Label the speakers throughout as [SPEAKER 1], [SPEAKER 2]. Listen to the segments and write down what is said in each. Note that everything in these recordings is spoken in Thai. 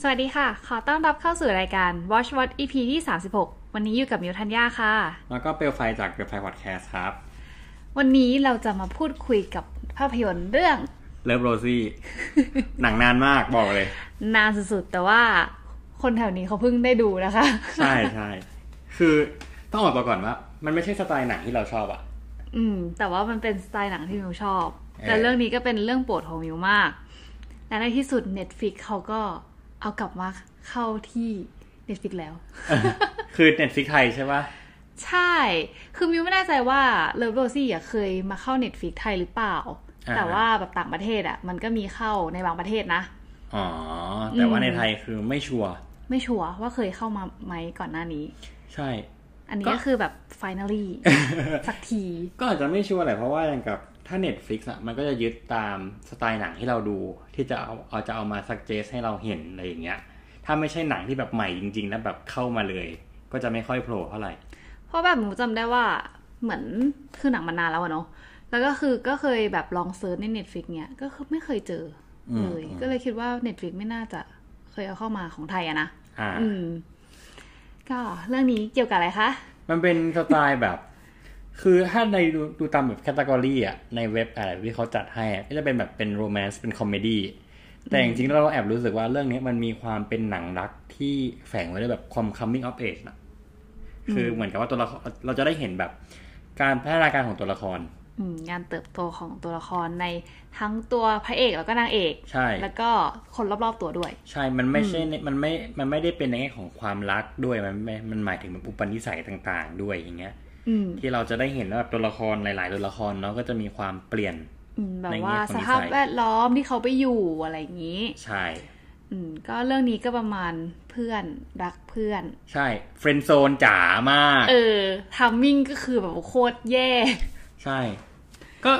[SPEAKER 1] สวัสดีค่ะ ขอต้อนรับเข้าสู่รายการ Watch What EP ที่ 36 วันนี้อยู่กับมิวทัญญาค่ะ
[SPEAKER 2] แล้วก็เปลวไฟจากเปลวไฟพอดแคสต์ครับ
[SPEAKER 1] วันนี้เราจะมาพูดคุยกับภาพยนตร์เรื่อง
[SPEAKER 2] เลิฟโรซี่ หนังนานมากบอกเลย
[SPEAKER 1] นานสุดๆ แต่ว่าคนแถวนี้เขาเพิ่งได้ดูนะคะ
[SPEAKER 2] ใช่ใช่คือต้องบอกตัวก่อนว่า มันไม่ใช่สไตล์หนังที่เราชอบอะ
[SPEAKER 1] อืม แต่ว่ามันเป็นสไตล์หนังที่มิวชอบ
[SPEAKER 2] เอ่อ
[SPEAKER 1] แต่เรื่องนี้ก็เป็นเรื่องโปรดของมิวมาก และในที่สุด Netflix เขาก็เอากลับมาเข้าที่ Netflix แล้ว
[SPEAKER 2] คือเน็ตฟิกไทยใช่ปะ
[SPEAKER 1] ใช่ คือมิวไม่แน่ใจว่าเลิฟโรซี่อ่ะเคยมาเข้า Netflix ไทยหรือเปล่า
[SPEAKER 2] อ่
[SPEAKER 1] แต่ว่าแบบต่างประเทศอ่ะ มันก็มีเข้าในบางประเทศนะ
[SPEAKER 2] อ๋อ แต่ว่า
[SPEAKER 1] อืม
[SPEAKER 2] ในไทยคือไม่ชัวร์
[SPEAKER 1] ไม่ชัวร์ว่าเคยเข้ามาไหมก่อนหน้านี้
[SPEAKER 2] ใช่
[SPEAKER 1] อันนี้
[SPEAKER 2] ก็
[SPEAKER 1] ก็คือแบบ finally สักที
[SPEAKER 2] ก็อาจจะไม่ชัวร์แหละเพราะว่าอย่างกับถ้า Netflix อะมันก็จะยึดตามสไตล์หนังที่เราดู ที่จะเอาเอาจะเอามาสักเจสให้เราเห็นอะไรอย่างเงี้ย ถ้าไม่ใช่หนังที่แบบใหม่จริงๆ แล้วแบบเข้ามาเลย ก็จะไม่ค่อยโผล่เท่าไหร่
[SPEAKER 1] เพราะแบบหนูจำได้ว่าเหมือนคือหนังมันนานแล้วอะเนาะ แล้วก็คือก็เคยแบบลองเซิร์ชใน Netflix เนี่ย ก็คือไม่เคยเจออ
[SPEAKER 2] ม
[SPEAKER 1] เลย
[SPEAKER 2] อืม
[SPEAKER 1] ก็เลยคิดว่า Netflix ไม่น่าจะเคยเอาเข้ามาของไทยอะนะ
[SPEAKER 2] อ่า
[SPEAKER 1] อืม ก็เรื่องนี้เกี่ยวกับอะไรคะ
[SPEAKER 2] มันเป็นสไตล์แบบ คือถ้าในดูดูตามแบบแคตตากรีอ่ะ ในเว็บอะไรที่เขาจัดให้อะก็จะเป็นแบบเป็นโรแมนต์เป็นคอมเมดี้แต่จริงๆแล้วเราแอบรู้สึกว่าเรื่องนี้มันมีความเป็นหนังรักที่แฝงไว้ด้วยแบบความ coming of age นะคือเหมือนกับว่าตัวละครเราจะได้เห็นแบบการพัฒนาการของตัวละคร
[SPEAKER 1] อืมงานเติบโตของตัวละครในทั้งตัวพระเอกแล้วก็นางเอก
[SPEAKER 2] ใช่
[SPEAKER 1] แล้วก็คนรอบๆตัวด้วย
[SPEAKER 2] ใช่ มันไม่ใช่ในมันไม่ มันไม่ได้เป็นในแง่ของความรักด้วย มันไม่มันหมายถึงแบบอุปนิสัยต่าง ๆ ด้วยอย่างเงี้ย
[SPEAKER 1] อืม
[SPEAKER 2] ที่เราจะได้เห็นว่าแบบตัวละครหลาย ๆ ตัวละครเนาะก็จะมีความเปลี่ยน
[SPEAKER 1] อืมแบบ
[SPEAKER 2] ในแง่
[SPEAKER 1] ว่า
[SPEAKER 2] ของ
[SPEAKER 1] ส
[SPEAKER 2] นิสัย
[SPEAKER 1] ภาพแวดล้อมที่เขาไปอยู่อะไรอย่างนี้
[SPEAKER 2] ใช่
[SPEAKER 1] อืม ก็เรื่องนี้ก็ประมาณเพื่อนรักเพื่อน
[SPEAKER 2] ใช่เฟรนด์โซนจ๋ามาก
[SPEAKER 1] เออทัมมิ่งก็คือแบบโคตรแย่
[SPEAKER 2] ใช่ ก็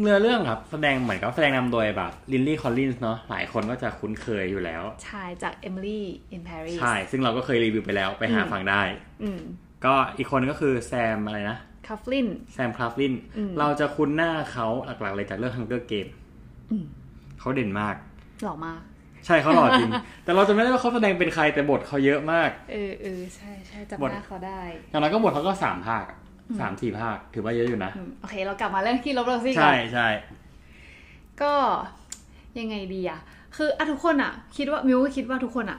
[SPEAKER 2] เนื้อเรื่องครับ แสดงเหมือนกับแสดงนำโดยแบบลินลี่คอลลินส์เนาะหลายคนก็จะคุ้นเคยอยู่แล้ว
[SPEAKER 1] ชายจาก Emily in Paris
[SPEAKER 2] ใช่ ซึ่งเราก็เคยรีวิวไปแล้วไปหา
[SPEAKER 1] อืม
[SPEAKER 2] ฟังได้
[SPEAKER 1] อืม
[SPEAKER 2] ก็อีกคนก็คือแซมอะไรนะ
[SPEAKER 1] คัฟลิน
[SPEAKER 2] แซมคลาฟลิน
[SPEAKER 1] อืม
[SPEAKER 2] เราจะคุ้นหน้าเขาหลักๆเลยจากเรื่อง Hunger Game
[SPEAKER 1] อืม
[SPEAKER 2] เขาเด่นมาก
[SPEAKER 1] หล่อมาก
[SPEAKER 2] ใช่เขาหล่อจริ ง แต่เราจะไม่ได้ว่าเขาแสดงเป็นใครแต่บทเขาเยอะมาก
[SPEAKER 1] เออเออใช่ใช่จำ
[SPEAKER 2] บท
[SPEAKER 1] หน้าเขาได้
[SPEAKER 2] อย่างนั้นก็บทเขาก็สามภาคอะสามสี่ภาค ถือว่าเยอะอยู่นะ
[SPEAKER 1] อืมโอเค เรากลับมาเรื่องที่ลบเราซี่ก่อน
[SPEAKER 2] ใช่ใช่
[SPEAKER 1] ก็ยังไงดีอะคืออะทุกคนอะคิดว่ามิวก็คิดว่าทุกคนอะ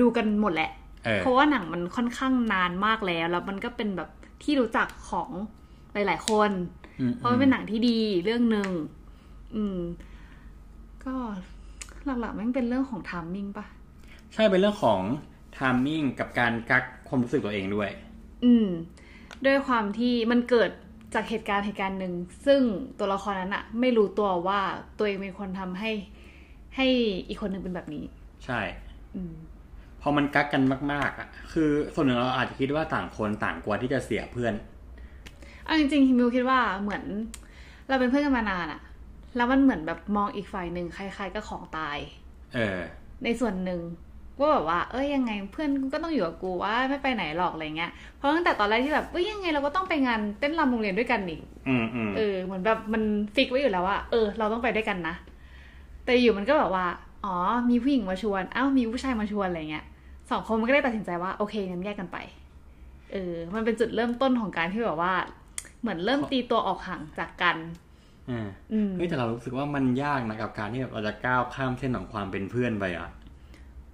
[SPEAKER 1] ดูกันหมดแหละ
[SPEAKER 2] เออ
[SPEAKER 1] เพราะว่าหนังมันค่อนข้างนานมากแล้ว แล้วมันก็เป็นแบบที่รู้จักของหลาย ๆ คน
[SPEAKER 2] อืม
[SPEAKER 1] เพราะมันเป็นหนังที่ดีเรื่องหนึ่งอืม ก็หลักๆแมันเป็นเรื่องของทามมิ่งปะ
[SPEAKER 2] ใช่เป็นเรื่องของทามมิ่งกับการกักความรู้สึกตัวเองด้วย
[SPEAKER 1] อืม ด้วยความที่มันเกิดจากเหตุการณ์เหตุการณ์หนึ่ง ซึ่งตัวละครนั้นอะไม่รู้ตัวว่าตัวเองเป็นคนทำให้ ให้อีกคนหนึ่งเป็นแบบนี้
[SPEAKER 2] ใช่
[SPEAKER 1] อืม
[SPEAKER 2] พอมันกักกันมาก ๆอ่ะคือส่วนหนึ่งเราอาจจะคิดว่าต่างคนต่างกลัวที่จะเสียเพื่อน
[SPEAKER 1] เอาจริงๆมิวคิดว่าเหมือน เราเป็นเพื่อนกันมานานอะแล้วมันเหมือนแบบมองอีกฝ่ายหนึ่งคล้าย ๆกับของตาย
[SPEAKER 2] เออ
[SPEAKER 1] ในส่วนหนึ่งว่าแบบว่า เอ้ยยังไงเพื่อนกูก็ต้องอยู่กับกูว่าไม่ไปไหนหรอกอะไรเงี้ยเพราะตั้งแต่ตอนแรกที่แบบเอ้ยยังไงเราก็ต้องไปงานเต้นรำโรงเรียนด้วยกันนี่
[SPEAKER 2] อืมอืม
[SPEAKER 1] เออเหมือนแบบมันฟิกไว้อยู่แล้วว่าเออ เราต้องไปด้วยกันนะแต่อยู่มันก็แบบว่า อ๋อ มีผู้หญิงมาชวนอ้าวมีผู้ชายมาชวนอะไรเงี้ยสองคนมันก็ได้ตัดสินใจว่าโอเคงั้นแยกกันไป เออ มันเป็นจุดเริ่มต้นของการที่แบบว่า เหมือนเริ่มตีตัวออกห่างจากกัน
[SPEAKER 2] อ่า
[SPEAKER 1] อืม
[SPEAKER 2] เฮ้ยแต่เรารู้สึกว่ามันยากนะกับการที่แบบเราจะก้าวข้ามเส้นของความเป็นเพื่อนไปอ่ะ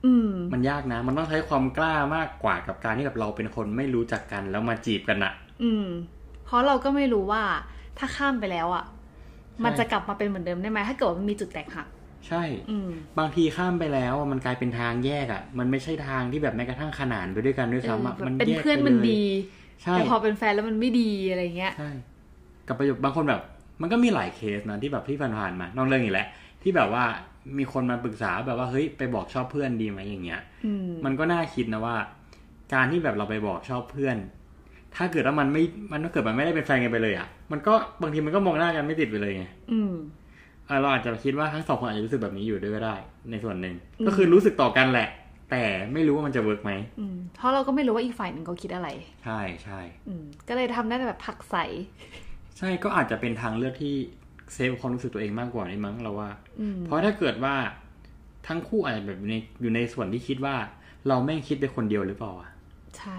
[SPEAKER 1] อืม
[SPEAKER 2] มันยากนะ มันต้องใช้ความกล้ามากกว่ากับการที่แบบเราเป็นคนไม่รู้จักกันแล้วมาจีบกันอ่ะ
[SPEAKER 1] อืม เพราะเราก็ไม่รู้ว่าถ้าข้ามไปแล้วอ่ะ มันจะกลับมาเป็นเหมือนเดิมได้ไหมถ้าเกิดว่ามันมีจุดแตกหัก
[SPEAKER 2] ใช่
[SPEAKER 1] อืม
[SPEAKER 2] บางทีข้ามไปแล้วอะมันกลายเป็นทางแยกอ่ะ มันไม่ใช่ทางที่แบบแม้กระทั่งขนานไปด้วยกันด้วยซ้ำอะ
[SPEAKER 1] เออแบบ
[SPEAKER 2] มัน
[SPEAKER 1] เป็น
[SPEAKER 2] แยกไลย
[SPEAKER 1] เพื่อนมันดี
[SPEAKER 2] ใช่
[SPEAKER 1] แต่พอเป็นแฟนแล้วมันไม่ดีอะไรเงี้ย
[SPEAKER 2] ใช่กับประโยคบางคนแบบ มันก็มีหลายเคสนะที่แบบที่ผ่านๆมานอกเรื่องอีกแล้วที่แบบว่ามีคนมาปรึกษาแบบว่าเฮ้ยไปบอกชอบเพื่อนดีไหมอย่างเงี้ย
[SPEAKER 1] อืม
[SPEAKER 2] มันก็น่าคิดนะว่า การที่แบบเราไปบอกชอบเพื่อน ถ้าเกิดว่ามันไม่มันถ้าเกิดมันไม่ได้เป็นแฟนกันไปเลยอ่ะมันก็บางทีมันก็มองหน้ากันไม่ติดไปเลยไง
[SPEAKER 1] อืม
[SPEAKER 2] เออเราอาจจะคิดว่าทั้งสองคนอาจจะรู้สึกแบบนี้อยู่ด้วยก็ได้ ในส่วนหนึ่ง
[SPEAKER 1] อืม
[SPEAKER 2] ก็คือรู้สึกต่อกันแหละ แต่ไม่รู้ว่ามันจะเวิร์กไหม
[SPEAKER 1] อืม เพราะเราก็ไม่รู้ว่าอีกฝ่ายหนึ่งเขาคิดอะไร
[SPEAKER 2] ใช่ใช่
[SPEAKER 1] อืม ก็เลยทำได้แต่แบบผลักใส
[SPEAKER 2] ใช่ก็อาจจะเป็นทางเลือกที่เซฟความรู้สึกตัวเองมากกว่านี่มั้งเราว่า
[SPEAKER 1] อืม
[SPEAKER 2] เพราะถ้าเกิดว่า ทั้งคู่อาจจะแบบอยู่ในอยู่ในส่วนที่คิดว่า เราแม่งคิดไปคนเดียวหรือเปล่าอะ
[SPEAKER 1] ใช่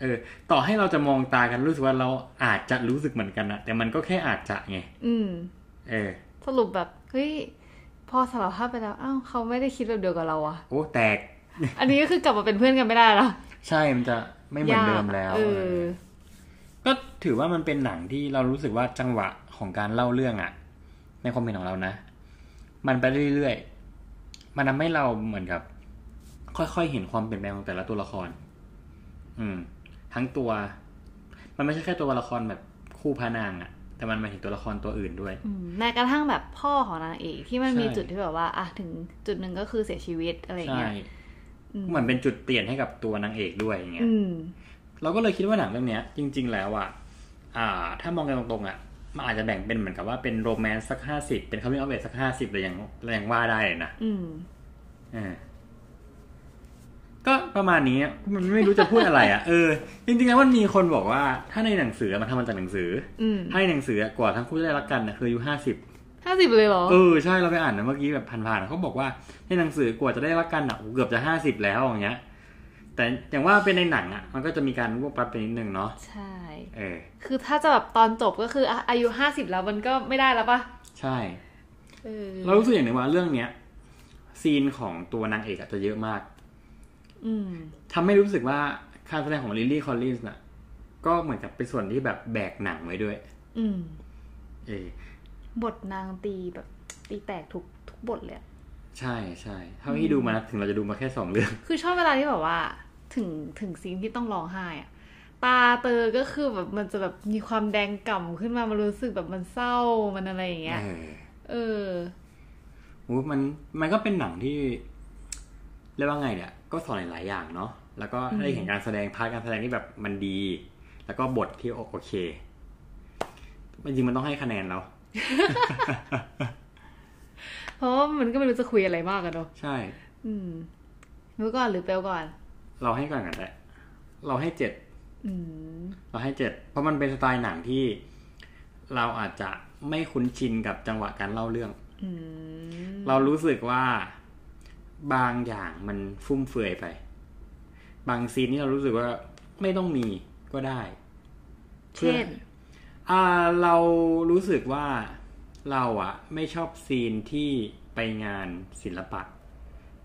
[SPEAKER 2] เออ ต่อให้เราจะมองตากันรู้สึกว่าเราอาจจะรู้สึกเหมือนกันนะแต่มันก็แค่อาจจะไง
[SPEAKER 1] อืม
[SPEAKER 2] เออ
[SPEAKER 1] สรุปแบบ เฮ้ย พอสารภาพไปแล้วอ้าวเขาไม่ได้คิดแบบเดียวกับเราอะ
[SPEAKER 2] โอ้แตก
[SPEAKER 1] อันนี้ก็คือกลับมาเป็นเพื่อนกันไม่ได้ละ
[SPEAKER 2] ใช่มันจะไม่เหมือนเดิมแล้ว
[SPEAKER 1] ยากอะเอ
[SPEAKER 2] เอ
[SPEAKER 1] อ
[SPEAKER 2] อก็ถือว่ามันเป็นหนังที่เรารู้สึกว่าจังหวะของการเล่าเรื่องอะในความเห็นของเรานะ มันไปเรื่อยๆ มันทำให้เราเหมือนกับ ค่อยๆ เห็นความเปลี่ยนแปลงของแต่ละตัวละคร อืม ทั้งตัว มันไม่ใช่แค่ตัวละครแบบคู่พระนางอะแต่มันหมายถึงตัวละครตัวอื่นด้วย
[SPEAKER 1] อืมแม้กระทั่งแบบพ่อของนางเอกที่มัน
[SPEAKER 2] ใช่
[SPEAKER 1] มีจุดที่แบบว่าอ่ะถึงจุดหนึ่งก็คือเสียชีวิตอะไรอย่าง
[SPEAKER 2] ใช่
[SPEAKER 1] เงี้ยอืม
[SPEAKER 2] เหมือนเป็นจุดเปลี่ยนให้กับตัวนางเอกด้วยอย่างเงี้ย
[SPEAKER 1] อืม
[SPEAKER 2] เราก็เลยคิดว่าหนังเรื่องเนี้ย จริง ๆ แล้วอ่ะอ่า ถ้ามองกันตรงๆอ่ะมันอาจจะแบ่งเป็นเหมือนกับว่าเป็นโรแมนต์สักห้าสิบเป็นคามิ่งออฟเอสักห้าสิบอะไรอย่างอะไรอย่างว่าได้เลยนะ
[SPEAKER 1] อืม
[SPEAKER 2] เออก็ประมาณนี้มันไม่รู้จะพูดอะไรอ่ะเออจริงๆแล้วมันมีคนบอกว่า ถ้าในหนังสือมันทำมาจากหนังสือ
[SPEAKER 1] อืม
[SPEAKER 2] ถ้าในหนังสืออะกว่าทั้งคู่จะได้รักกันนะคืออายุห้าสิบ
[SPEAKER 1] ห้าสิบเลยเหรอ
[SPEAKER 2] เออใช่เราไปอ่านนะเมื่อกี้แบบผ่านๆเขาบอกว่าในหนังสือกว่าจะได้รักกันอ่ะเกือบจะห้าสิบแล้วอย่างเงี้ย แต่อย่างว่าเป็นในหนังอ่ะ มันก็จะมีการรวบรัดไปนิดนึงเนาะ
[SPEAKER 1] ใช่
[SPEAKER 2] เออ
[SPEAKER 1] คือถ้าจะแบบตอนจบก็คืออ่ะอายุห้าสิบแล้วมันก็ไม่ได้แล้วปะ
[SPEAKER 2] ใช่
[SPEAKER 1] เออ
[SPEAKER 2] เรารู้สึกอย่างหนึ่งว่าเรื่องเนี้ย ซีนของตัวนางเอกอาจจะเยอะมาก
[SPEAKER 1] อืม
[SPEAKER 2] ทำให้รู้สึกว่าการแสดงของลิลลี่คอลลินส์น่ะ ก็เหมือนกับเป็นส่วนที่แบบแบกหนังไว้ด้วย
[SPEAKER 1] อืม
[SPEAKER 2] เออบ
[SPEAKER 1] ทนางตีแบบตีแตกทุกทุกบทเลยอะ
[SPEAKER 2] ใช่ใช่เท่าที่ดูมานะถึงเราจะดูมาแค่สองเรื่อง
[SPEAKER 1] คือชอบเวลาที่แบบว่า ถึงถึงซีนที่ต้องร้องไห้อะตาเตอก็คือแบบมันจะแบบมีความแดงก่ำขึ้นมามันรู้สึกแบบมันเศร้ามันอะไรอย่างเงี้ย
[SPEAKER 2] เออ
[SPEAKER 1] เออ
[SPEAKER 2] โอ้มันมันก็เป็นหนังที่เรียกว่าไงเนี่ย ก็สอนหลายๆอย่างเนาะแล้วก็ได้เห็นการแสดงพาร์ทการแสดงที่แบบมันดี แล้วก็บทที่โอเคจริงๆมันต้องให้คะแนนเรา
[SPEAKER 1] เพราะว่ามันก็ไม่รู้จะคุยอะไรมากกันเนาะ
[SPEAKER 2] ใช่
[SPEAKER 1] อืมรู้ก่อนหรือเปลวก่อน
[SPEAKER 2] เราให้ก่อนกันแหละเราให้เจ็ด
[SPEAKER 1] อืม
[SPEAKER 2] เราให้เจ็ดเพราะมันเป็นสไตล์หนังที่เราอาจจะไม่คุ้นชินกับจังหวะการเล่าเรื่อง
[SPEAKER 1] อืม
[SPEAKER 2] เรารู้สึกว่าบางอย่างมันฟุ่มเฟือยไป บางซีนนี่เรารู้สึกว่าไม่ต้องมีก็ได้
[SPEAKER 1] เช่น
[SPEAKER 2] พื่ออ่าเรารู้สึกว่าเราอะไม่ชอบซีนที่ไปงานศิลปะ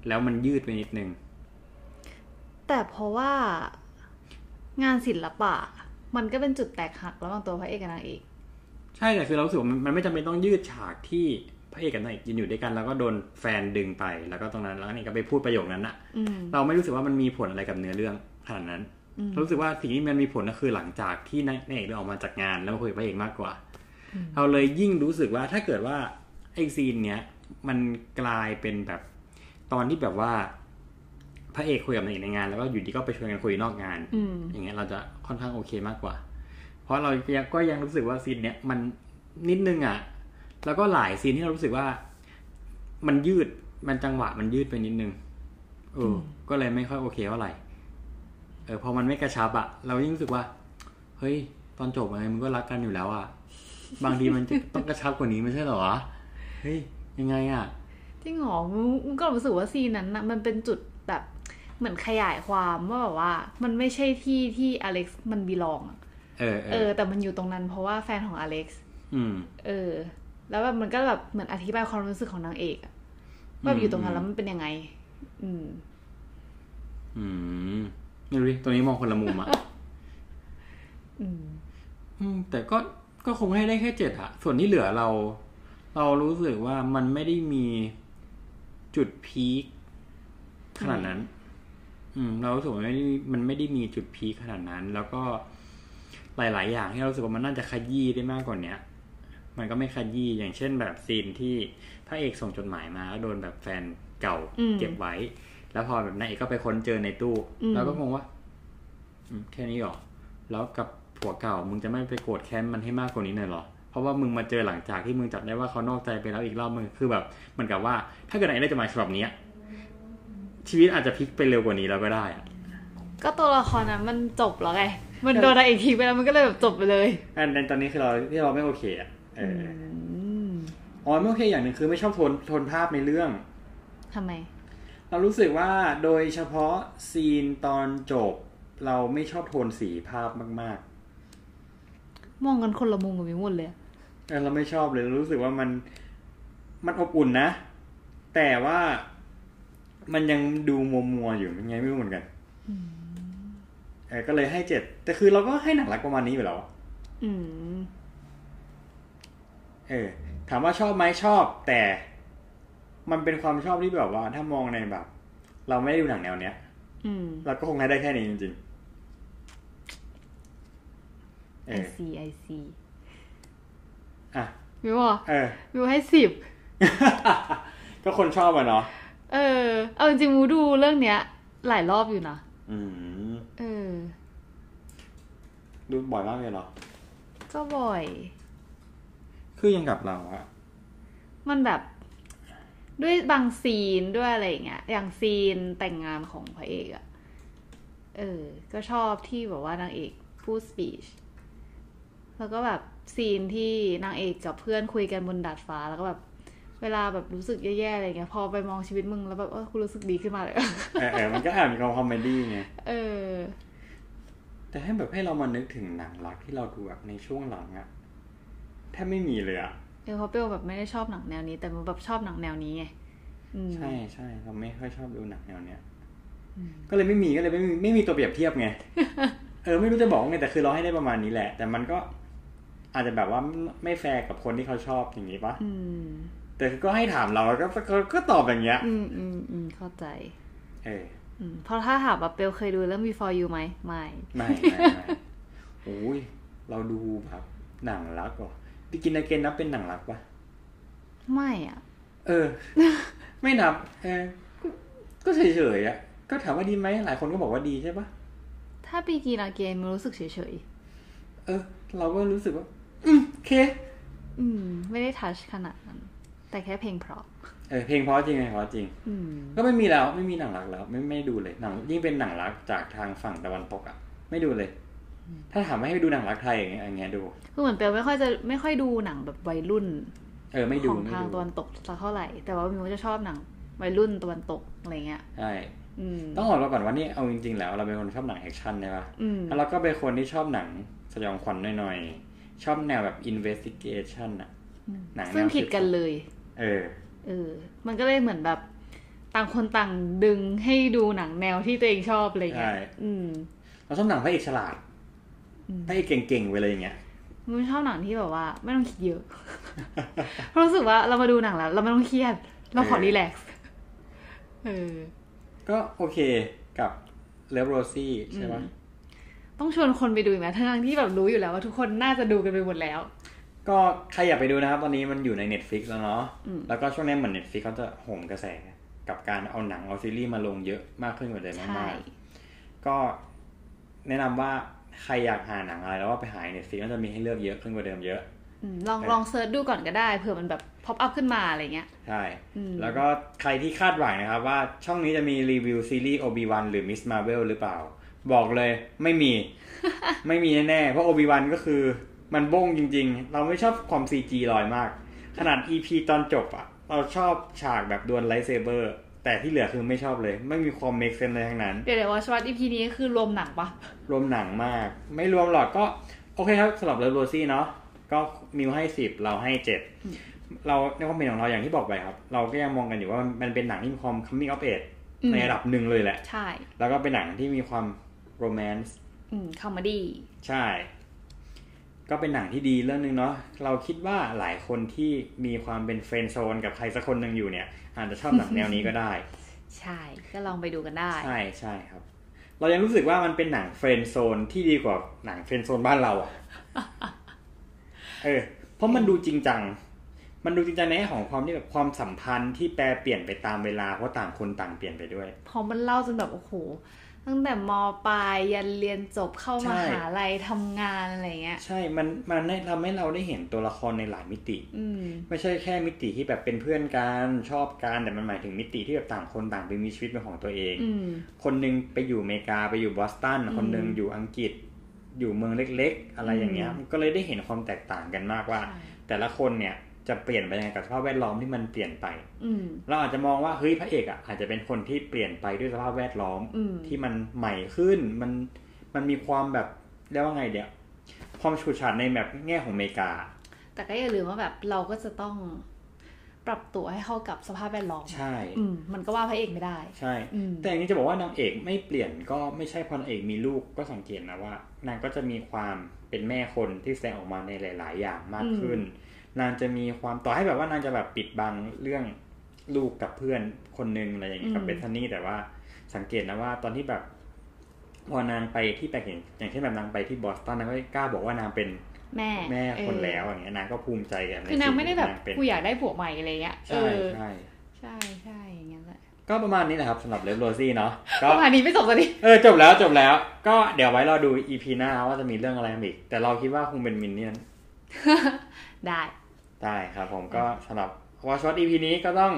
[SPEAKER 2] แล้วมันยืดไปนิดนึง
[SPEAKER 1] แต่เพราะว่างานศิลปะ มันก็เป็นจุดแตกหักระหว่างตัวพระเอกกับนางเอก
[SPEAKER 2] ใช่แต่คือเรารู้สึกว่ามันมันไม่จำเป็นต้องยืดฉากที่พระเอกกับนางเอกยืนอยู่ด้วยกัน แล้วก็โดนแฟนดึงไป แล้วก็ตรงนั้นแล้วนางเอกก็ไปพูดประโยคนั้นอะ
[SPEAKER 1] อืม
[SPEAKER 2] เราไม่รู้สึกว่ามันมีผลอะไรกับเนื้อเรื่องขนาดนั้น
[SPEAKER 1] อืม
[SPEAKER 2] เรารู้สึกว่าสิ่งที่มันมีผลก็คือหลังจากที่นางเอกเดินออกมาจากงาน แล้วมาคุยกับพระเอกมากกว่า เราเลยยิ่งรู้สึกว่าถ้าเกิดว่าไอ้ซีนเนี้ยมันกลายเป็นแบบตอนที่แบบว่า พระเอกคุยกับนางเอกในงาน แล้วก็อยู่ดีก็ไปชวนกันคุยนอกงาน
[SPEAKER 1] อืม
[SPEAKER 2] อย่างเงี้ยเราจะค่อนข้างโอเคมากกว่า เพราะเรายังก็ยังรู้สึกว่าซีนเนี้ยมันนิดนึงอ่ะ แล้วก็หลายซีนที่เรารู้สึกว่า มันยืดมันจังหวะมันยืดไปนิดนึงเอออก็เลยไม่ค่อยโอเคเท่าไหร่ เออพอมันไม่กระชับอะเรายิ่งรู้สึกว่า เฮ้ย ตอนจบอะไรมันก็รักกันอยู่แล้วอะบางทีมันจะต้องกระชับกว่านี้ไม่ใช่เหรอวะเฮ้ยยังไงอะ
[SPEAKER 1] จริงเหรอมึงมึงก็รู้สึกว่าซีนนั้นนะมันเป็นจุดแบบเหมือนขยายความว่าแบบว่า มันไม่ใช่ที่ที่อเล็กซ์มันบีลองอะ
[SPEAKER 2] เออเอ
[SPEAKER 1] เอ
[SPEAKER 2] อ
[SPEAKER 1] อ แต่มันอยู่ตรงนั้นเพราะว่าแฟนของอเล็กซ์
[SPEAKER 2] อืม
[SPEAKER 1] เออ แล้วแบบมันก็แบบเหมือนอธิบายความรู้สึกของนางเอกอะว่า
[SPEAKER 2] อืม
[SPEAKER 1] อยู่ตรงนั้นแล้วมันเป็นยังไง อืม
[SPEAKER 2] อืมไม่รู้ดิตัวนี้มองคนละมุมอะ
[SPEAKER 1] อืม
[SPEAKER 2] อืมแต่ก็ก็คงให้ได้แค่เจ็ดอะส่วนที่เหลือเรา เรารู้สึกว่ามันไม่ได้มีจุดพีคขนาดนั้น อืม เรารู้สึกว่าไม่ได้มันไม่ได้มีจุดพีคขนาดนั้น แล้วก็หลาย ๆ อย่างที่เรารู้สึกว่ามันน่าจะขยี้ได้มากกว่าเนี้ย มันก็ไม่ขยี้อย่างเช่นแบบซีนที่พระเอกส่งจดหมายมาแล้วโดนแบบแฟนเก่า
[SPEAKER 1] อืม
[SPEAKER 2] เก็บไว้ แล้วพอแบบนายเอกก็ไปค้นเจอในตู้
[SPEAKER 1] อืม
[SPEAKER 2] เราก็งงว่า อืมแค่นี้หรอ แล้วกับผัวเก่ามึงจะไม่ไปโกรธแค้นมันให้มากกว่านี้หน่อยหรอ เพราะว่ามึงมาเจอหลังจากที่มึงจับได้ว่าเขานอกใจไปแล้วอีกรอบมึงคือแบบเหมันกับว่า ถ้าเกิดไหนได้จดหมายฉบับเนี้ยชีวิตอาจจะพลิกไปเร็วกว่านี้แล้วก็ได้อะ
[SPEAKER 1] ก็ตัวละครนั้นมันจบแล้วไง มันโดนนางเอกทิ้งไปแล้วมันก็เลยแบบจบไปเลย
[SPEAKER 2] อันในตอนนี้คือเราที่เราไม่โอเคอ่ะเอออ
[SPEAKER 1] อืม
[SPEAKER 2] อ๋อไม่โอเคอย่างหนึ่งคือไม่ชอบโทนโทนภาพในเรื่อง
[SPEAKER 1] ทำไม
[SPEAKER 2] เรารู้สึกว่าโดยเฉพาะซีนตอนจบ เราไม่ชอบโทนสีภาพมาก
[SPEAKER 1] มองกันคนละมุมกับมิวหมดเลยอะ
[SPEAKER 2] ๆเออเราไม่ชอบเลยเรารู้สึกว่ามันมันอบอุ่นนะ แต่ว่ามันยังดูมัวมัวๆอยู่ยังไงไม่รู้เหมือนกันเออก็เลยให้เจ็ดแต่คือเราก็ให้หนังรักประมาณนี้อยู่แล้วอะ
[SPEAKER 1] อืม
[SPEAKER 2] เออถามว่าชอบไหมชอบ แต่มันเป็นความชอบที่แบบว่า ถ้ามองในแบบ เราไม่ได้ดูหนังแนวเนี้ย
[SPEAKER 1] อืม
[SPEAKER 2] เราก็คงให้ได้แค่นี้จริงๆ เอ
[SPEAKER 1] I
[SPEAKER 2] อ
[SPEAKER 1] see I see
[SPEAKER 2] อ่ะ
[SPEAKER 1] มิวอ่ะ
[SPEAKER 2] เอ อ
[SPEAKER 1] มิวให้สิบ
[SPEAKER 2] ก็คนชอบอะเนาะ
[SPEAKER 1] เออ เอาจริงๆมูดูเรื่องเนี้ย หลายรอบอยู่นะ
[SPEAKER 2] อืม
[SPEAKER 1] เออ
[SPEAKER 2] ดูบ่อยมากเลยเหรอ
[SPEAKER 1] ก็บ่อย
[SPEAKER 2] คือยังกับเราอะ
[SPEAKER 1] มันแบบ ด้วยบางซีนด้วยอะไรอย่างเงี้ย อย่างซีนแต่งงานของพระเอกอะเออ ก็ชอบที่แบบว่านางเอกพูดสปีช แล้วก็แบบซีนที่นางเอกกับเพื่อนคุยกันบนดาดฟ้า แล้วก็แบบ เวลาแบบรู้สึกแย่ๆอะไรเงี้ย พอไปมองชีวิตมึงแล้วแบบเออกูรู้สึกดีขึ้นมาเลย
[SPEAKER 2] เออเออมันก็แอบมีความคอมเมดี้ไง
[SPEAKER 1] เออ
[SPEAKER 2] แต่ให้แบบให้เรามานึกถึงหนังรักที่เราดูแบบในช่วงหลังอะแทบไม่มีเลยอะ
[SPEAKER 1] เออเพราะเปลแบบไม่ได้ชอบหนังแนวนี้ แต่มันแบบชอบหนังแนวนี้ไงอืม
[SPEAKER 2] ใช่ใช่เราไม่ค่อยชอบดูหนังแนวเนี้ย
[SPEAKER 1] อืม
[SPEAKER 2] ก็เลยไม่มีก็เลยไม่มีไม่มีตัวเปรียบเที ยบไง เออไม่รู้จะบอกไงแต่คือเราให้ได้ประมาณนี้แหละ แต่มันก็อาจจะแบบว่าไม่แฟร์กับคนที่เขาชอบอย่างนี้ปะ
[SPEAKER 1] อืม
[SPEAKER 2] แต่ก็ให้ถามเราก็ก็ก็ตอบอย่างเงี้ย
[SPEAKER 1] อืมอืมอืมเข้าใจ
[SPEAKER 2] เออ
[SPEAKER 1] อืมเพราะถ้าถามว่าเปลเคยดูเรื่อง Before You ไหมไม่
[SPEAKER 2] ไม่ไม่ไม่โอ้ยเราดูแบบหนังรักเหรอบิกินเกนนับเป็นหนังรักปะ
[SPEAKER 1] ไม่อ่ะ
[SPEAKER 2] เออ ไม่นับเออก็ก็เฉยๆอ่ะก็ถามว่าดีไหมหลายคนก็บอกว่าดีใช่ปะ
[SPEAKER 1] ถ้าปีกีนาเกมมันรู้สึกเฉย
[SPEAKER 2] เออ เราก็รู้สึกว่า อืมโอเค
[SPEAKER 1] ๆอืม ไม่ได้ทัชขนาดนั้น แต่แค่เพลงเพราะ
[SPEAKER 2] เออเพลงเพราะจริงเพลงเพราะจริง
[SPEAKER 1] อืม
[SPEAKER 2] ก็ไม่มีแล้วไม่มีหนังรักแล้วไม่ไม่ดูเลยหนังยิ่งเป็นหนังรักจากทางฝั่งตะวันตกอ่ะ ไม่ดูเลย ถ้าถามว่าให้ดูหนังรักไทยอย่างเงี้ยอย่างเงี้ยดู
[SPEAKER 1] คือเหมือนเปลไม่ค่อยจะไม่ค่อยดูหนังแบบวัยรุ่น
[SPEAKER 2] เออไม่ดู
[SPEAKER 1] ของ
[SPEAKER 2] ไม่
[SPEAKER 1] ทาง
[SPEAKER 2] ดู
[SPEAKER 1] ตะวันตกสักเท่าไหร่ แต่ว่ามิวจะชอบหนังวัยรุ่นตะวันตกอะไรเงี้ย
[SPEAKER 2] ใช่
[SPEAKER 1] อืม
[SPEAKER 2] ต้องบอกเราก่อนว่านี่เอาจริงๆแล้วเราเป็นคนชอบหนังแอคชั่นใช่ปะ
[SPEAKER 1] อืม
[SPEAKER 2] แล้วเราก็เป็นคนที่ชอบหนังสยองขวัญหน่อยๆชอบแนวแบบ investigation อ่ะ หนังแนว
[SPEAKER 1] ซึ่งผิดกันเลย
[SPEAKER 2] เออ
[SPEAKER 1] เออ มันก็เลยเหมือนแบบ ต่างคนต่างดึงให้ดูหนังแนวที่ตัวเองชอบอะไรเงี้ย
[SPEAKER 2] ใช่
[SPEAKER 1] อืม
[SPEAKER 2] เราชอบหนังพระเอกฉลาด
[SPEAKER 1] อืม
[SPEAKER 2] พระเอกเก่งๆไปเลยอย่างเงี้ย
[SPEAKER 1] มิวชอบหนังที่แบบว่า ไม่ต้องคิดเยอะ เพราะรู้สึกว่าเรามาดูหนังแล้ว เราไม่ต้องเครียด เราขอรีแลกซ์ เออ
[SPEAKER 2] ก็โอเคกับเลฟโรซี่ใช่ปะ
[SPEAKER 1] ต้องชวนคนไปดูอีกไหมทั้งๆที่แบบรู้อยู่แล้วว่าทุกคนน่าจะดูกันไปหมดแล้ว
[SPEAKER 2] ก็ใครอยากไปดูนะครับ ตอนนี้มันอยู่ใน Netflix แล้วเนาะ
[SPEAKER 1] อืม
[SPEAKER 2] แล้วก็ช่วงนี้เหมือน Netflix เขาจะโหมกระแส กับการเอาหนังเอาซีรีส์มาลงเยอะมากขึ้นกว่าเดิม
[SPEAKER 1] ใช่
[SPEAKER 2] มากๆ ก็แนะนำว่าใครอยากหาหนังอะไรแล้วว่าไปหาใน Netflix น่าจะมีให้เลือกเยอะขึ้นกว่าเดิมเยอะ
[SPEAKER 1] อืมลอง
[SPEAKER 2] เออ
[SPEAKER 1] ลองเซิร์ชดูก่อนก็ได้ เผื่อมันแบบพ o อ up ขึ้นมาอะไรเงี้ย
[SPEAKER 2] ใช่
[SPEAKER 1] อืม
[SPEAKER 2] แล้วก็ใครที่คาดหวังนะครับ ว่าช่องนี้จะมีรีวิวซีรีส์ Obi-Wan หรือ Miss Marvel หรือเปล่า บอกเลยไม่มี ไม่มีแน่ๆ เพราะ Obi-Wan ก็คือมันบ้งจริงๆ เราไม่ชอบความ CG ลอยมาก ขนาด EP ตอนจบอะเราชอบฉากแบบดวลไลท์เซเบอร์ แต่ที่เหลือคือไม่ชอบเลย ไม่มีความเมคเซนเลยทั้งนั้น
[SPEAKER 1] เดี๋ยวเดี๋ยววอชวัตอีพีนี้คือรวมหนังปะ
[SPEAKER 2] รวมหนังมาก ไม่รวมหรอกก็ โอเคครับสำหรับเลิฟโรซี่เนาะก็มิวให้สิบเราให้เจ็ดเราในความเห็นของเราอย่างที่บอกไปครับ เราก็ยังมองกันอยู่ว่ามันเป็นหนังที่มีความ coming of age ในระดับหนึ่งเลยแหละ
[SPEAKER 1] ใช่
[SPEAKER 2] แล้วก็เป็นหนังที่มีความ romance
[SPEAKER 1] อืมคอมเมดี้
[SPEAKER 2] ใช่ ก็เป็นหนังที่ดีเรื่องหนึงเนาะเราคิดว่าหลายคนที่มีความเป็นเฟรนด์โซนกับใครสักคนหนึ่งอยู่เนี่ย อาจจะชอบหนังแนวนี้ก็ได้
[SPEAKER 1] ใช่ ก็ลองไปดูกันได้
[SPEAKER 2] ใช่ใช่ครับ เรายังรู้สึกว่ามันเป็นหนังเฟรนด์โซนที่ดีกว่าหนังเฟรนด์โซนบ้านเราอ่ะ เออ เพราะมันดูจริงจัง มันดูจริงจังในแง่ของความที่แบบความสัมพันธ์ที่แปรเปลี่ยนไปตามเวลาเพราะต่างคนต่างเปลี่ยนไปด้วย
[SPEAKER 1] พอมันเล่าจนแบบโอ้โห ตั้งแต่มปลายยันเรียนจบเข้า
[SPEAKER 2] ใช่
[SPEAKER 1] มาหาลัยทำงานอะไรเงี้ย
[SPEAKER 2] ใช่ มันมันได้ทำให้เราได้เห็นตัวละครในหลายมิติ
[SPEAKER 1] อืม
[SPEAKER 2] ไม่ใช่แค่มิติที่แบบเป็นเพื่อนกันชอบกันแต่มันหมายถึงมิติที่แบบต่างคนต่างไปมีชีวิตเป็นของตัวเอง
[SPEAKER 1] อืม
[SPEAKER 2] คนหนึ่งไปอยู่อเมริกาไปอยู่บอสตัน
[SPEAKER 1] อืม
[SPEAKER 2] คนหนึ่งอยู่อังกฤษ อยู่เมืองเล็ก ๆ อะไรอย่างเงี้ย
[SPEAKER 1] อืม
[SPEAKER 2] มันก็เลยได้เห็นความแตกต่างกันมากว่า
[SPEAKER 1] ใช่
[SPEAKER 2] แต่ละคนเนี่ย จะเปลี่ยนไปยังไงกับสภาพแวดล้อมที่มันเปลี่ยนไป
[SPEAKER 1] อืม
[SPEAKER 2] เราอาจจะมองว่าเฮ้ยพระเอกอ่ะอาจจะเป็นคนที่เปลี่ยนไปด้วยสภาพแวดล้อม
[SPEAKER 1] อืม
[SPEAKER 2] ที่มันใหม่ขึ้นมันมันมีความแบบเรียกว่าไงเดี๋ยวความฉูดฉาดในแบบแง่ของอเมริกา
[SPEAKER 1] แต่ก็อย่าลืมว่าแบบเราก็จะต้องปรับตัวให้เข้ากับสภาพแวดล้อม
[SPEAKER 2] ใช่
[SPEAKER 1] อืม มันก็ว่าพระเอกไม่ได้
[SPEAKER 2] ใช่
[SPEAKER 1] อืม
[SPEAKER 2] แต่อย่างนี้จะบอกว่านางเอกไม่เปลี่ยนก็ไม่ใช่เพอนางเอกมีลูกก็สังเกตนะว่า นางก็จะมีความเป็นแม่คนที่แสดงออกมาในหลาย ๆ อย่างมากขึ้น นางจะมีความต่อให้แบบว่านางจะแบบปิดบังเรื่องลูกกับเพื่อนคนหนึงอะไรอย่างเงี้ยกับ
[SPEAKER 1] อืม
[SPEAKER 2] เบธานี่แต่ว่าสังเกตนะว่าตอนที่แบบพอนางไปที่แปลกอย่างอย่างเช่นแบบนางไปที่บอสตันนางก็กล้าบอกว่านางเป็น
[SPEAKER 1] แม่
[SPEAKER 2] แม่คน
[SPEAKER 1] เออ
[SPEAKER 2] แล้วอย่างเงี้ยนางก็ภูมิใจกับใน
[SPEAKER 1] คือนางไม่ได้แบบ
[SPEAKER 2] สิ่ที่นางเป็น
[SPEAKER 1] กูอยากได้ผัวใหม่อะไรเงี้ยเอ
[SPEAKER 2] ใช่
[SPEAKER 1] อ
[SPEAKER 2] ใช่
[SPEAKER 1] ใช่ใช่อย่างเงี้ยแหละ
[SPEAKER 2] ก็ประมาณนี้แหละครับสำหรับเลฟโรซี่เนาะก็
[SPEAKER 1] ประมาณนี้ไม่จบตอนนี้
[SPEAKER 2] เออจบแล้วจบแล้วก็เดี๋ยวไว้รอดูอีพีหน้าว่าจะมีเรื่องอะไรมาอีก แต่เราคิดว่าคงเป็นมินเนี่ยน
[SPEAKER 1] ได้
[SPEAKER 2] ได้ครับผมก็สำหรับวอชวอตอีพีนี้ก็ต้อง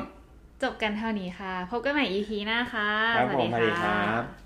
[SPEAKER 1] จบกันเท่านี้ค่ะ พบกันใหม่ EP หน้าค่ะ
[SPEAKER 2] ครับผมสวัสดีครับ